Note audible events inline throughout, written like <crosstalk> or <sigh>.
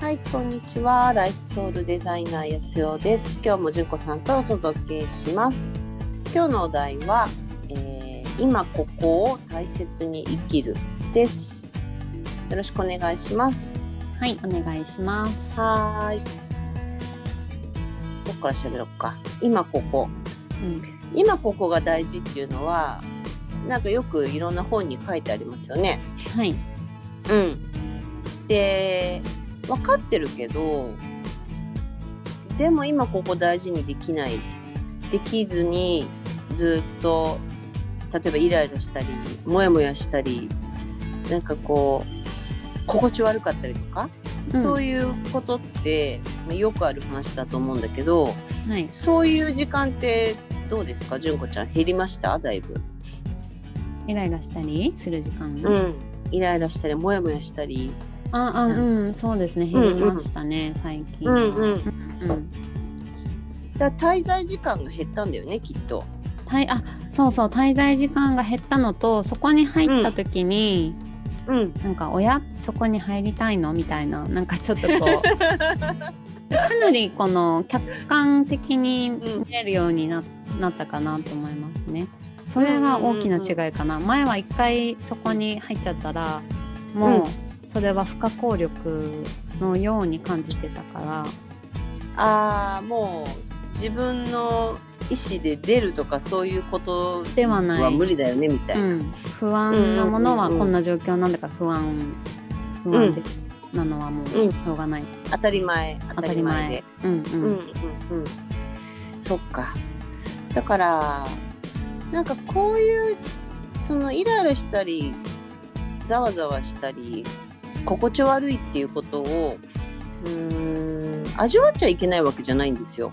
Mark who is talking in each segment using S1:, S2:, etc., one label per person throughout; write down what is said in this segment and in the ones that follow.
S1: はい、こんにちは。ライフストールデザイナー安代です。今日も純子さんとお届けします。今日のお題は、えー今ここを大切に生きるです。よろしくお願いします。
S2: はい、お願いします。
S1: はーい。どっから喋ろうか。今ここ。
S2: うん、
S1: 今ここが大事っていうのは、なんかよくいろんな本に書いてありますよね。
S2: はい、
S1: うん、で分かってるけどでも今ここ大事にできないできずにずっと例えばイライラしたりモヤモヤしたりなんかこう心地悪かったりとか、そう
S2: い
S1: いうことってまあよくある話だと思うんだけど
S2: う、はい、
S1: そういう時間ってどうですか純子ちゃん減りましただいぶ。
S2: イライラしたりする時
S1: う
S2: 間。
S1: ん、イライラしたりモヤモヤしたり。
S2: あ、あ、うん、そうですね、減りましたね、最近は。
S1: うん
S2: うん、うん、
S1: だから滞在時間が減ったんだよねきっと。
S2: たい、あ、そうそう、滞在時間が減ったのと、そこに入った時に、
S1: うん、
S2: なんか、親、そこに入りたいのみたいな、なんかちょっとこう。 <laughs> かなりこの客観的に見れるようにな,、なったかなと思いますね。それが大きな違いかな、前は一回そこに入っちゃったらもうそれは不可抗力のように感じてたから
S1: ああもう自分の意思で出るとかそういうこと
S2: ではない、
S1: は無理だよねみたいうな。
S2: ん、不安なものは
S1: うんうんうん
S2: こんな状況なんだから不安不安的なのはもうしょうがない、
S1: 当たり前当
S2: 当
S1: た
S2: た
S1: り
S2: り
S1: 前で
S2: 前。うんう
S1: うん
S2: ん
S1: うんうん。そっか。だからなんかこういうそのイライラしたりざわざわしたり心地悪いっていうことをうーん味わっちゃいけないわけじゃないんですよ。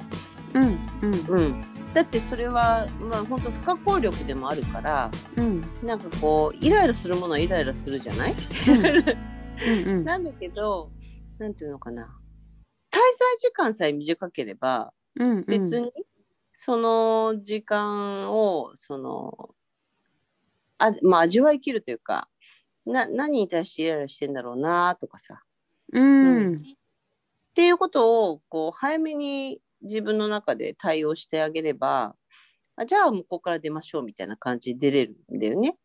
S2: うんうん
S1: うん、だってそれは、まあ、本当不可抗力でもあるから
S2: うん
S1: なんかこうイライラするものはイライラするじゃない、
S2: うん
S1: なんだけどなんていうのかな滞在時間さえ短ければ
S2: うん
S1: 別にその時間をそのあ、まあ、味わい切るというかな何に対してイライラしてんだろうなとかさ
S2: うん
S1: っていうことをこう早めに自分の中で対応してあげればあじゃあもうここから出ましょうみたいな感じで出れるんだよね。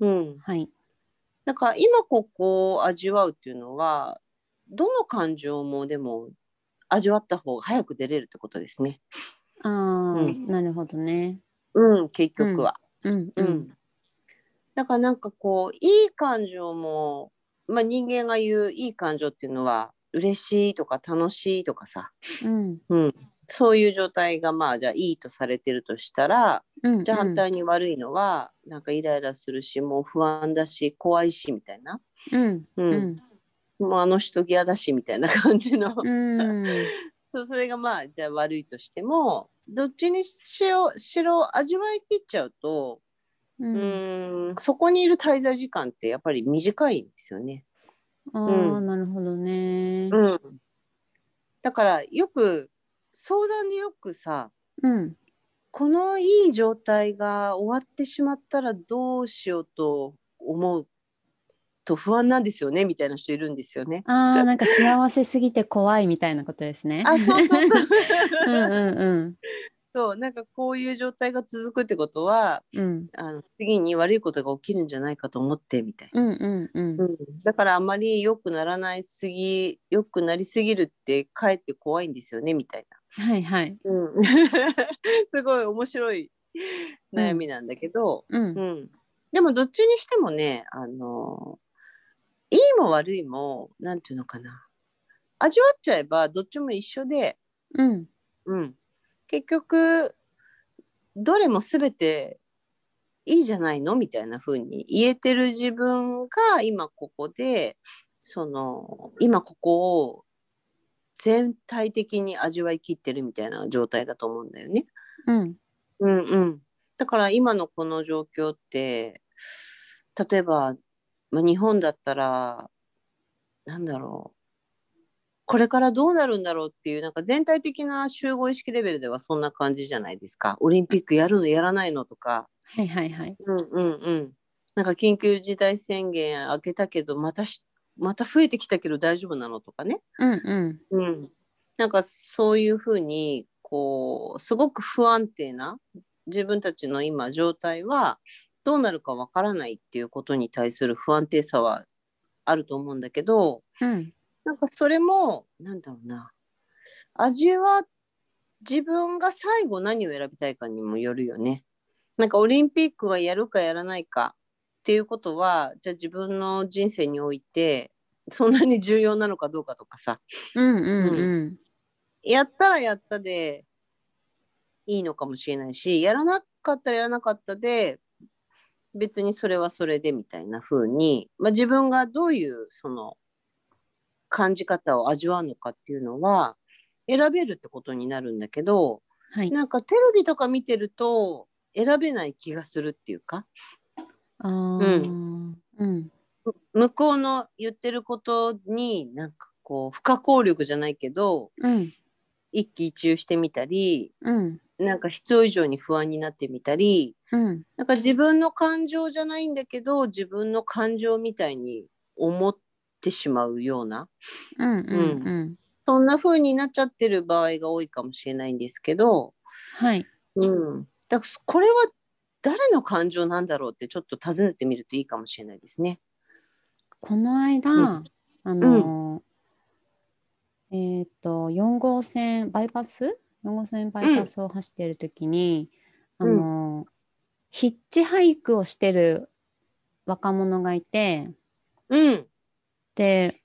S1: うん、
S2: はい
S1: だから今ここを味わうっていうのはどの感情もでも味わった方が早く出れるってことですね。
S2: ああ、
S1: うん
S2: なるほどね
S1: うん、結局は。
S2: うん
S1: う
S2: うんん
S1: だからなんかこういい感情も、まあ、人間が言ういい感情っていうのは嬉しいとか楽しいとかさ、
S2: うん
S1: そういう状態がまあじゃあいいとされてるとしたら
S2: うん
S1: じゃあ反対に悪いのは、なんかイライラするしもう不安だし怖いしみたいな、
S2: うん
S1: うん
S2: うん
S1: もうあの人嫌だしみたいな感じ <laughs> の、
S2: うん
S1: そうそれがまあじゃあ悪いとしてもどっちにしろしろ味わい切っちゃうと、
S2: う
S1: うんーんそこにいる滞在時間ってやっぱり短いんですよね。
S2: あ
S1: う
S2: あなるほどね
S1: うん、だからよく相談でよくさ、
S2: うん
S1: このいい状態が終わってしまったらどうしようと思うと不安なんですよねみたいな人いるんですよね。
S2: ああなんか幸せすぎて怖いみたいなことですね
S1: <laughs> あそうそうそう
S2: うんうん
S1: そうなんかこういう状態が続くってことは
S2: うんうん
S1: <laughs> あの次に悪いことが起きるんじゃないかと思ってみたいな、
S2: うんうんうん
S1: うん、だからあまり良くならないすぎ良くなりすぎるってかえって怖いんですよねみたい
S2: はいはい
S1: な、うん、 <laughs> すごい面白い悩みなんだけど、
S2: うん
S1: うん、でもどっちにしてもねあのいいも悪いもなんていうのかな味わっちゃえばどっちも一緒で、
S2: うん
S1: うん、結局どれも全ていいじゃないのみたいな風に言えてる自分が今ここでその今ここを全体的に味わいきってるみたいな状態だと思うんだよね。
S2: うん
S1: うんうん、だから今のこの状況って例えば、まあ、日本だったらなんだろうこれからどうなるんだろうっていうなんか全体的な集合意識レベルではそんな感じじゃないですかオリンピックやるのやらないのとか、
S2: はいはいはい
S1: うんうんうん、なんか緊急事態宣言明けたけどまたしまた増えてきたけど大丈夫なのとかね、
S2: うんうん
S1: うん、なんかそういうふうにこうすごく不安定な自分たちの今状態はどうなるかわからないっていうことに対する不安定さはあると思うんだけど
S2: うん
S1: なんかそれもなんだろうな味は自分が最後何を選びたいかにもよるよね。なんかオリンピックはやるかやらないかっていうことはじゃあ自分の人生においてそんなに重要なのかどうかとかさ
S2: うんうん
S1: やったらやったでいいのかもしれないし、やらなかったらやらなかったで、別にそれはそれでみたいな風に、まあ、自分がどういうその感じ方を味わうのかっていうのは選べるってことになるんだけど、
S2: はい
S1: なんかテレビとか見てると選べない気がするっていうか、
S2: あーうん
S1: 向こうの言ってることになんかこう不可抗力じゃないけど、
S2: うん
S1: 一喜一憂してみたり、
S2: うん
S1: なんか必要以上に不安になってみたり
S2: うん
S1: なんか自分の感情じゃないんだけど自分の感情みたいに思ってしまうような
S2: うんうんうん
S1: そんな風になっちゃってる場合が多いかもしれないんですけど、
S2: はい
S1: うん、だからこれは誰の感情なんだろうってちょっと尋ねてみるといいかもしれないですね。
S2: この間、
S1: うん
S2: あのーえっ、と4号線バイパス4号線バイパスを走ってる時に、
S1: うん
S2: あのーヒッチハイクをしてる若者がいて
S1: うん、
S2: で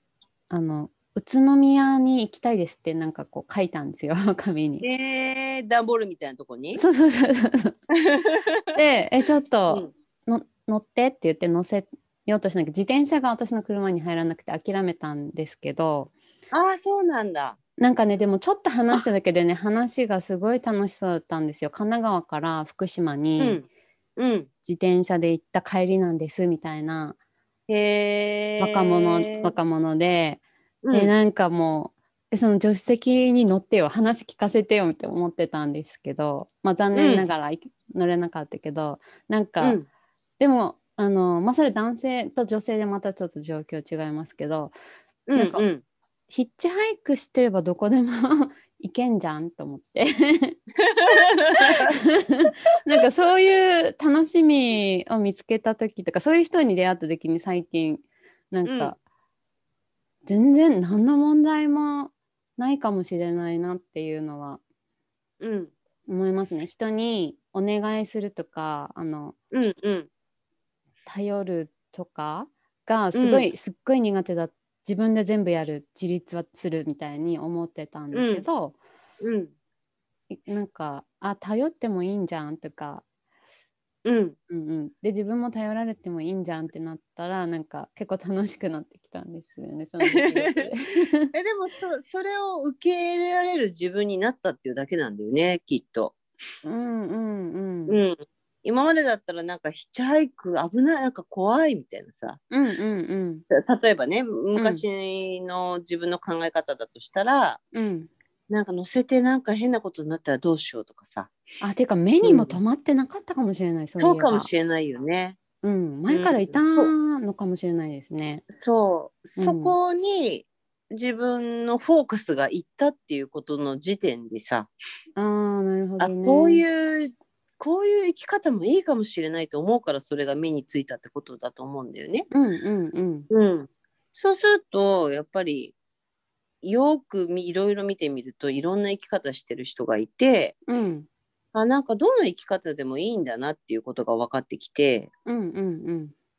S2: あの宇都宮に行きたいですってなんかこう書いたんですよ <laughs> 紙に。
S1: えー、段ボールみたいなとこに。
S2: そうそうそうそう
S1: <laughs>
S2: でえちょっと、
S1: うん
S2: の乗ってって言って乗せようとしたんだけど自転車が私の車に入らなくて諦めたんですけど
S1: ああそうなんだ。
S2: なんかねでもちょっと話しただけでね話がすごい楽しそうだったんですよ神奈川から福島
S1: う
S2: に
S1: ん、うん、
S2: 自転車で行った帰りなんですみたいな
S1: へえ。
S2: 若者、若者で、でなんかもうえその助手席に乗ってよ話聞かせてよって思ってたんですけど、まあ、残念ながらい乗れなかったけどなん
S1: う
S2: か、
S1: ん
S2: でもあの、まあ、それ男性と女性でまたちょっと状況違いますけど
S1: うん、
S2: なんか
S1: うん
S2: ヒッチハイクしてればどこでも <laughs> 行けんじゃんと思って <laughs> なんかそういう楽しみを見つけた時とかそういう人に出会った時に最近なんか、全然何の問題もないかもしれないなっていうのは
S1: <laughs> うん、
S2: 思いますね人にお願いするとかあの
S1: うん、うん。
S2: 頼るとかがすごい、すっごい苦手だ自分で全部やる自立はするみたいに思ってたんだけど、
S1: うん
S2: いなんかあ頼ってもいいんじゃんとか、
S1: うん
S2: うんうん、で自分も頼られてもいいんじゃんってなったらなんか結構楽しくなってきたんですよねその時々で
S1: <laughs> えでもそそれを受け入れられる自分になったっていうだけなんだよねきっと、
S2: うんうんうん
S1: う
S2: うん
S1: ん、今までだったらなんかヒッチハイク危ないなんか怖いみたいなさ
S2: うんうん
S1: た例えばね昔の自分の考え方だとしたら、
S2: うん
S1: なんか乗せてなんか変なことになったらどうしようとかさ
S2: あていうか目にも止まってなかったかもしれない、そういえ
S1: そ
S2: ば
S1: うかもしれないよね
S2: うん、前からいたのかもしれないですね。
S1: そう
S2: うん
S1: そこに自分のフォーカスがいったっていうことの時点でさ、
S2: ああなるほど
S1: あ
S2: ね。
S1: こういうこういう生き方もいいかもしれないと思うからそれが目についたってことだと思うんだよね。
S2: うんうんうん
S1: うん、そうするとやっぱりよくみいろいろ見てみるといろんな生き方してる人がいて
S2: うん
S1: あなんかどんな生き方でもいいんだなっていうことが分かってきて
S2: うん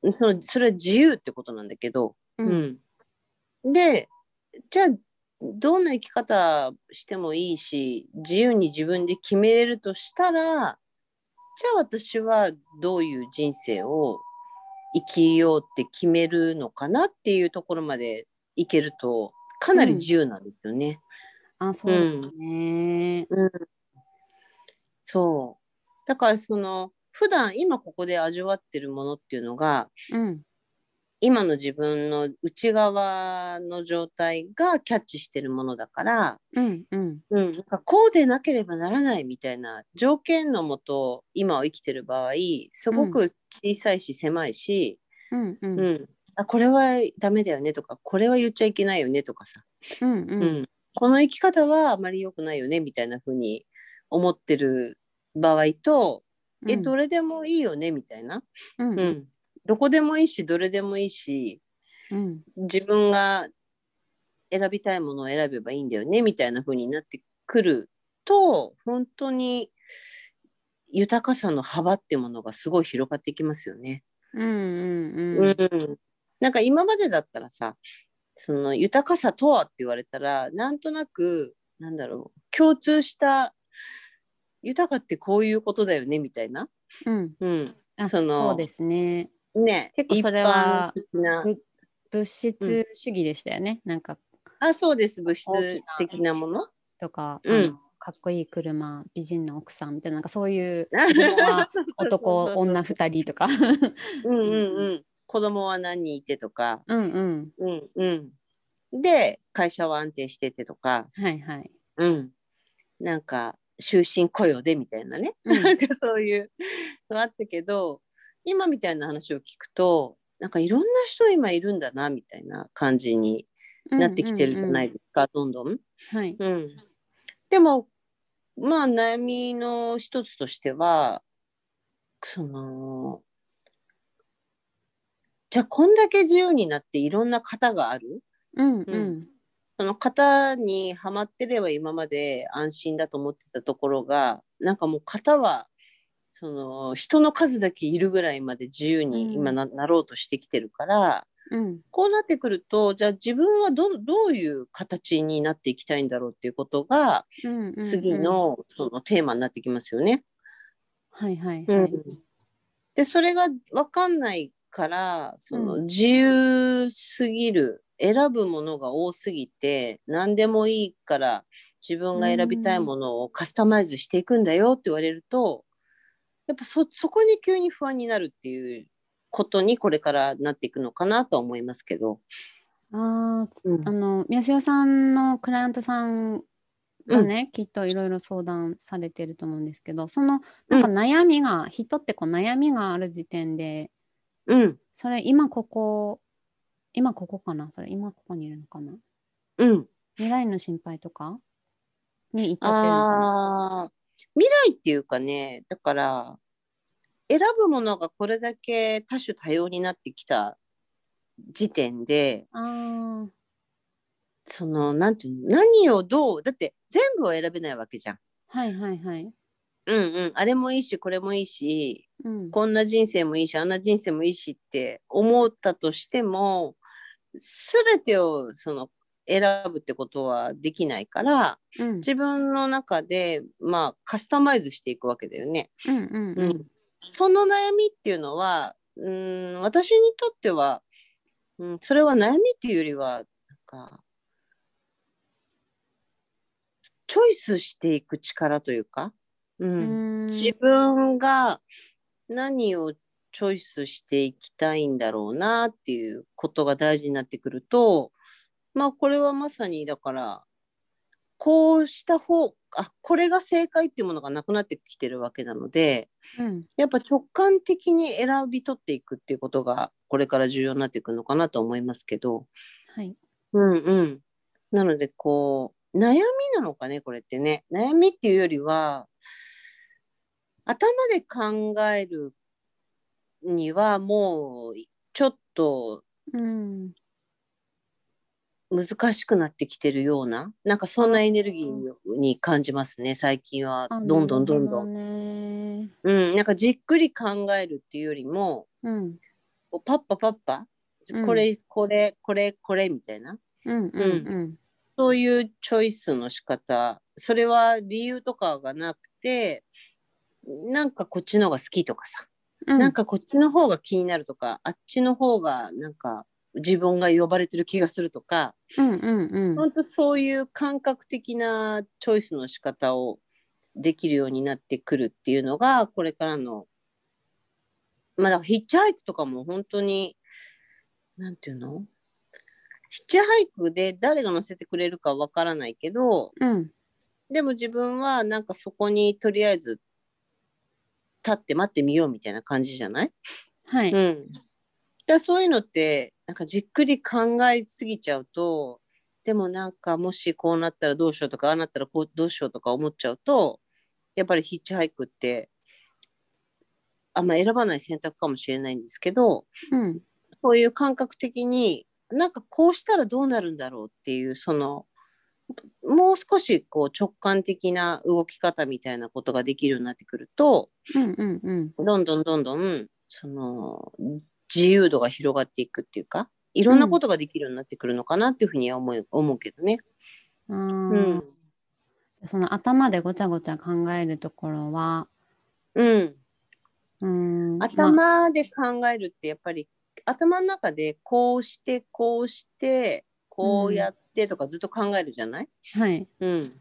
S2: うん
S1: そのそれは自由ってことなんだけど、
S2: う
S1: うんんでじゃあどんな生き方してもいいし自由に自分で決めれるとしたらじゃあ私はどういう人生を生きようって決めるのかなっていうところまでいけるとかなり自由なんですよね。
S2: あそうだね
S1: そうだからその普段今ここで味わってるものっていうのが
S2: うん
S1: 今の自分の内側の状態がキャッチしてるものだから、
S2: うんうん
S1: うん、なんかこうでなければならないみたいな条件のもと今を生きてる場合すごく小さいし狭いし、
S2: うんう
S1: うんんあこれはダメだよねとかこれは言っちゃいけないよねとかさ、
S2: うん
S1: う
S2: うん
S1: ん、この生き方はあまり良くないよねみたいな風に思ってる場合と、
S2: うん。
S1: えどれでもいいよねみたいな、
S2: う
S1: うんん、どこでもいいしどれでもいいし
S2: うん
S1: 自分が選びたいものを選べばいいんだよねみたいな風になってくると本当に豊かさの幅ってものがすごい広がってきますよね。
S2: うんうん
S1: う
S2: うんん
S1: なんか今までだったらさその豊かさとはって言われたらなんとなくなんだろう共通した豊かってこういうことだよねみたいな、
S2: うん。
S1: うん、
S2: あ
S1: その
S2: そうですね。
S1: ね
S2: 結構それは
S1: 一般的な
S2: 物質主義でしたよね。なんか
S1: あそうです物質的なもの
S2: とか、
S1: うん
S2: あのかっこいい車、美人な奥さんみたいななんかそ
S1: <laughs>
S2: ういう
S1: あ
S2: 子供は男
S1: そうそうそうそう
S2: 女二人とか。 <laughs>
S1: うんうんうん子供は何人いてとか、
S2: うんうん。
S1: うんうん、で会社は安定しててとか、
S2: はいはい。
S1: うん、なんか終身雇用でみたいなね
S2: うん
S1: なんかそういうのあったけど今みたいな話を聞くとなんかいろんな人今いるんだなみたいな感じになってきてるじゃないですか、どん
S2: うんうんうんはい。
S1: どん。うん、でもまあ悩みの一つとしてはそのじゃあこんだけ自由になっていろんな型がある
S2: うんうん。
S1: その型にはまってれば今まで安心だと思ってたところがなんかもう型はその人の数だけいるぐらいまで自由
S2: うん
S1: に今な,、なろうとしてきてるから
S2: うん
S1: こうなってくるとじゃあ自分はどどういう形になっていきたいんだろうっていうことが
S2: うんうん。
S1: 次。のそのテーマになってきますよね。
S2: はいはいはい。
S1: でそれが分かんないからそうの自由すぎる、選ぶものが多すぎて何でもいいから自分が選びたいものをカスタマイズしていくんだよって言われるとやっぱそそこに急に不安になるっていうことにこれからなっていくのかなとは思いますけど。
S2: ああ、
S1: うん
S2: あの宮代さんのクライアントさんがね、きっといろいろ相談されてると思うんですけどそのなんか
S1: う
S2: 悩みが、人ってこう悩みがある時点で
S1: うん
S2: それ今ここ今ここかなそれ今ここにいるのかな
S1: うん、
S2: 未来の心配とかに行っちゃってるのかな
S1: あー未来っていうかねだから選ぶものがこれだけ多種多様になってきた時点で
S2: あー
S1: そのなんていうの何をどうだって全部を選べないわけじゃん。
S2: はいはいはい。
S1: うんうん、あれもいいしこれもいいし
S2: うん、
S1: こんな人生もいいしあんな人生もいいしって思ったとしても全てをその選ぶってことはできないから
S2: うんうん
S1: 自分の中でまあカスタマイズしていくわけだよね。
S2: うんうんうん
S1: その悩みっていうのは、うーん、私にとっては、うん、それは悩みっていうよりは、なんか、チョイスしていく力というか、う、
S2: うんん
S1: 自分が何をチョイスしていきたいんだろうなっていうことが大事になってくると、まあこれはまさにだから、こうした方、あ、これが正解っていうものがなくなってきてるわけなので、
S2: うん
S1: やっぱ直感的に選び取っていくっていうことがこれから重要になっていくのかなと思いますけど、
S2: はい
S1: うんうん、なのでこう悩みなのかねこれってね悩みっていうよりは頭で考えるにはもうちょっと
S2: うん
S1: 難しくなってきてるようななんかそんなエネルギーに感じますね最近は
S2: あ
S1: どんどんどん
S2: なる
S1: ど
S2: ほ
S1: ん、
S2: ね
S1: うん、なんかじっくり考えるっていうよりも
S2: うん
S1: こうパッパパッパ、
S2: うん
S1: これこれこれこれみたいな
S2: うんうんうん
S1: そういうチョイスの仕方それは理由とかがなくてなんかこっちの方が好きとかさ、
S2: うん
S1: なんかこっちの方が気になるとかあっちの方がなんか自分が呼ばれてる気がするとか、
S2: うんうんうん
S1: 本当そういう感覚的なチョイスの仕方をできるようになってくるっていうのがこれからのまあだからヒッチハイクとかも本当になんていうのヒッチハイクで誰が乗せてくれるかわからないけど
S2: うん
S1: でも自分はなんかそこにとりあえず立って待ってみようみたいな感じじゃない
S2: はい
S1: うん、だからそういうのってなんかじっくり考えすぎちゃうとでもなんかもしこうなったらどうしようとかああなったらこうどうしようとか思っちゃうとやっぱりヒッチハイクってあんま選ばない選択かもしれないんですけど
S2: うん。
S1: そういう感覚的になんかこうしたらどうなるんだろうっていうそのもう少しこう直感的な動き方みたいなことができるようになってくると
S2: うんうんうん。
S1: どんどんどんどんその自由度が広がっていくっていうかいろんなことができるようになってくるのかなっていうふうには思う思うけどね。
S2: あ
S1: う
S2: ー
S1: ん
S2: その頭でごちゃごちゃ考えるところは、
S1: うん、
S2: うーんまあ
S1: 頭で考えるってやっぱり頭の中でこうしてこうしてこうやってとかずっと考えるじゃない、
S2: はい。
S1: うん、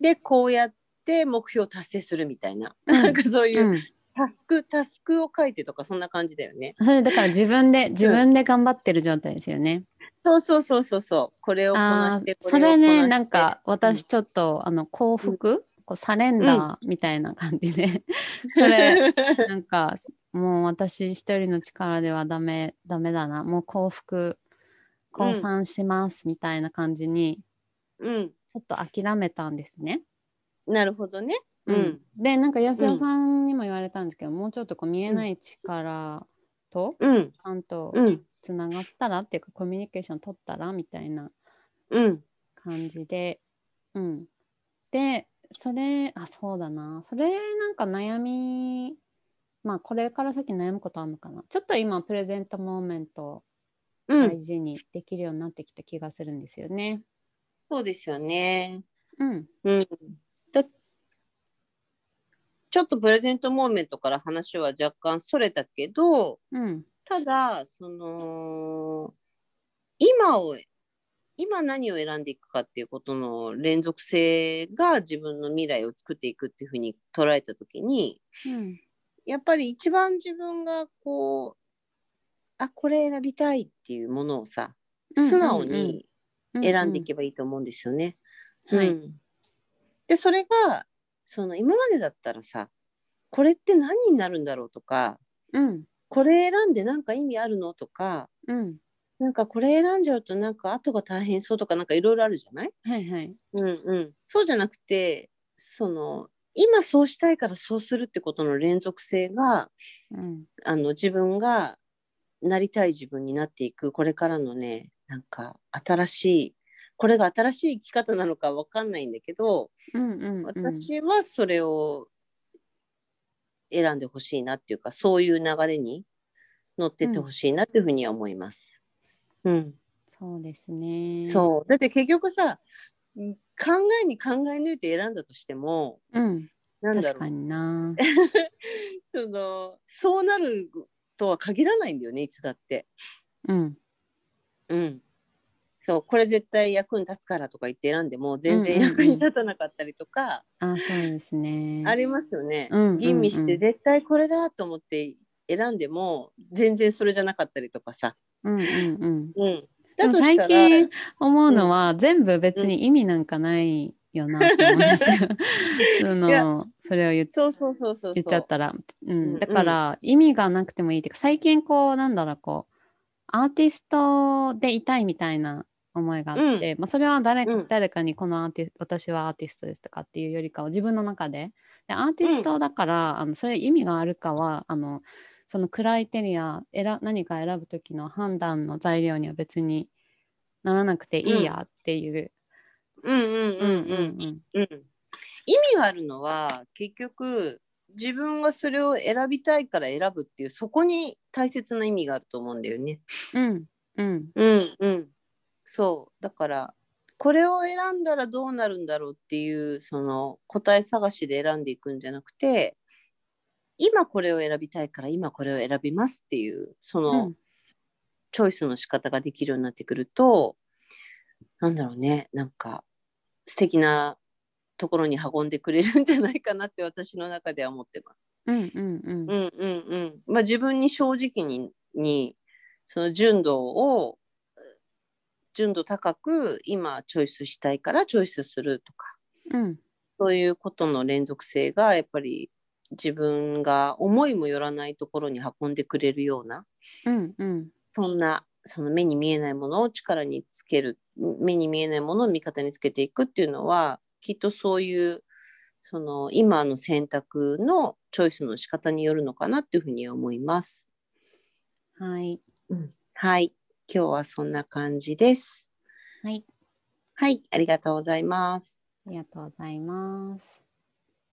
S1: でこうやって目標を達成するみたいな,、
S2: うん、
S1: なんかそういううんタスクタスクを書いてとかそんな感じだよね。
S2: <laughs> それだから自分で自分で頑張ってる状態ですよね。
S1: そうそうそうそうそうこれをこな
S2: あ
S1: して
S2: ー
S1: こ
S2: そ
S1: れを
S2: れ
S1: こなして
S2: ねなんか私ちょっと、あの幸福、こうサレンダーみたいな感
S1: <laughs>
S2: じで、それなんかもう私一人の力ではダメダメだなもう幸福降参しますみたいな感じに、
S1: うん
S2: ちょっと諦めたんですね。
S1: なるほどね。う
S2: うんん、でなんか安田さんにも言われたんですけど、もうちょっとこう見えない力とち
S1: うん
S2: ゃんと
S1: うん
S2: つながったらっていうかコミュニケーション取ったらみたいな
S1: うん
S2: 感じで、うん、でそれあそうだなそれなんか悩みまあこれから先悩むことあるのかなちょっと今プレゼントモーメントを
S1: うん
S2: 大事にできるようになってきた気がするんですよね。
S1: そうですよね。
S2: うん、
S1: うん、だちょっとプレゼントモーメントから話は若干それたけど
S2: うん、
S1: ただその今を今何を選んでいくかっていうことの連続性が自分の未来を作っていくっていうふうに捉えた時に
S2: うん、
S1: やっぱり一番自分がこうあこれ選びたいっていうものをさ素直
S2: うんうん
S1: に選んでい
S2: き
S1: けばいいと思うんですよね。
S2: は
S1: う
S2: い、
S1: んでそれがその今までだったらさこれって何になるんだろうとか
S2: うん、
S1: これ選んでなんか意味あるのとか
S2: うん、
S1: なんかこれ選んじゃうとなんか後が大変そうとかなんかいろいろあるじゃない、
S2: はいはい、
S1: うんうん、そうじゃなくてその今そうしたいからそうするってことの連続性が
S2: うん、
S1: あの自分がなりたい自分になっていくこれからのねなんか新しいこれが新しい生き方なのかわかんないんだけど、
S2: うん、うん、うん、
S1: 私はそれを選んでほしいなっていうかそういう流れに乗ってってほしいなっていうふうには思います。うん、
S2: そうですね。
S1: そうだって結局さ考えに考え抜いて選んだとしても
S2: う、うん、
S1: なんだ
S2: 確
S1: ろ
S2: か
S1: う
S2: にな。
S1: そのそうなるとは限らないんだよねいつだって。
S2: うん、
S1: うんそうこれ絶対役に立つからとか言って選んでも全然
S2: うんうんうん
S1: 役に立たなかったりとか、
S2: あ、そうですね。
S1: ありますよね、
S2: うんうんうん
S1: 吟味して絶対これだと思って選んでも全然それじゃなかったりとかさ、
S2: うん、うん、うん。
S1: うん、
S2: で
S1: だ
S2: も
S1: としたら
S2: 最近思うのは、全部別に意味なんかないよなって思うんですよ。 <laughs> そ
S1: い
S2: のそれを言っ
S1: そうそうそうそうそう
S2: 言っちゃったら、う
S1: うんうん
S2: ん、だから意味がなくてもいいっていうか最近こうなんだろうこうアーティストでいたいみたいな思いがあって、まあ、それは誰,、
S1: うん
S2: 誰かにこのアーティス私はアーティストですとかっていうよりかは自分の中ででアーティストだから、あのそういう意味があるかはあのそのクライテリア選何か選ぶ時の判断の材料には別にならなくていいやっていう。
S1: うんうんうん
S2: う
S1: うんんうん、うん、意味があるのは結局自分がそれを選びたいから選ぶっていうそこに大切な意味があると思うんだよね。
S2: うんうん
S1: うんうん、そうだからこれを選んだらどうなるんだろうっていうその答え探しで選んでいくんじゃなくて今これを選びたいから今これを選びますっていうそ
S2: うん
S1: のチョイスの仕方ができるようになってくると、なんだろうねなんか素敵なところに運んでくれるんじゃないかなって私の中では思ってます。
S2: うんうんうん
S1: うんうんうんまあ、自分に正直ににその純度を純度高く今チョイスしたいからチョイスするとか
S2: うん
S1: そういうことの連続性がやっぱり自分が思いもよらないところに運んでくれるような
S2: うんうん
S1: そんなその目に見えないものを力につける目に見えないものを味方につけていくっていうのはきっとそういうその今の選択のチョイスの仕方によるのかなっていうふうに思います。
S2: はい。
S1: はい、今日はそんな感じです。
S2: はい。
S1: はい、ありがとうございます。
S2: ありがとうございます。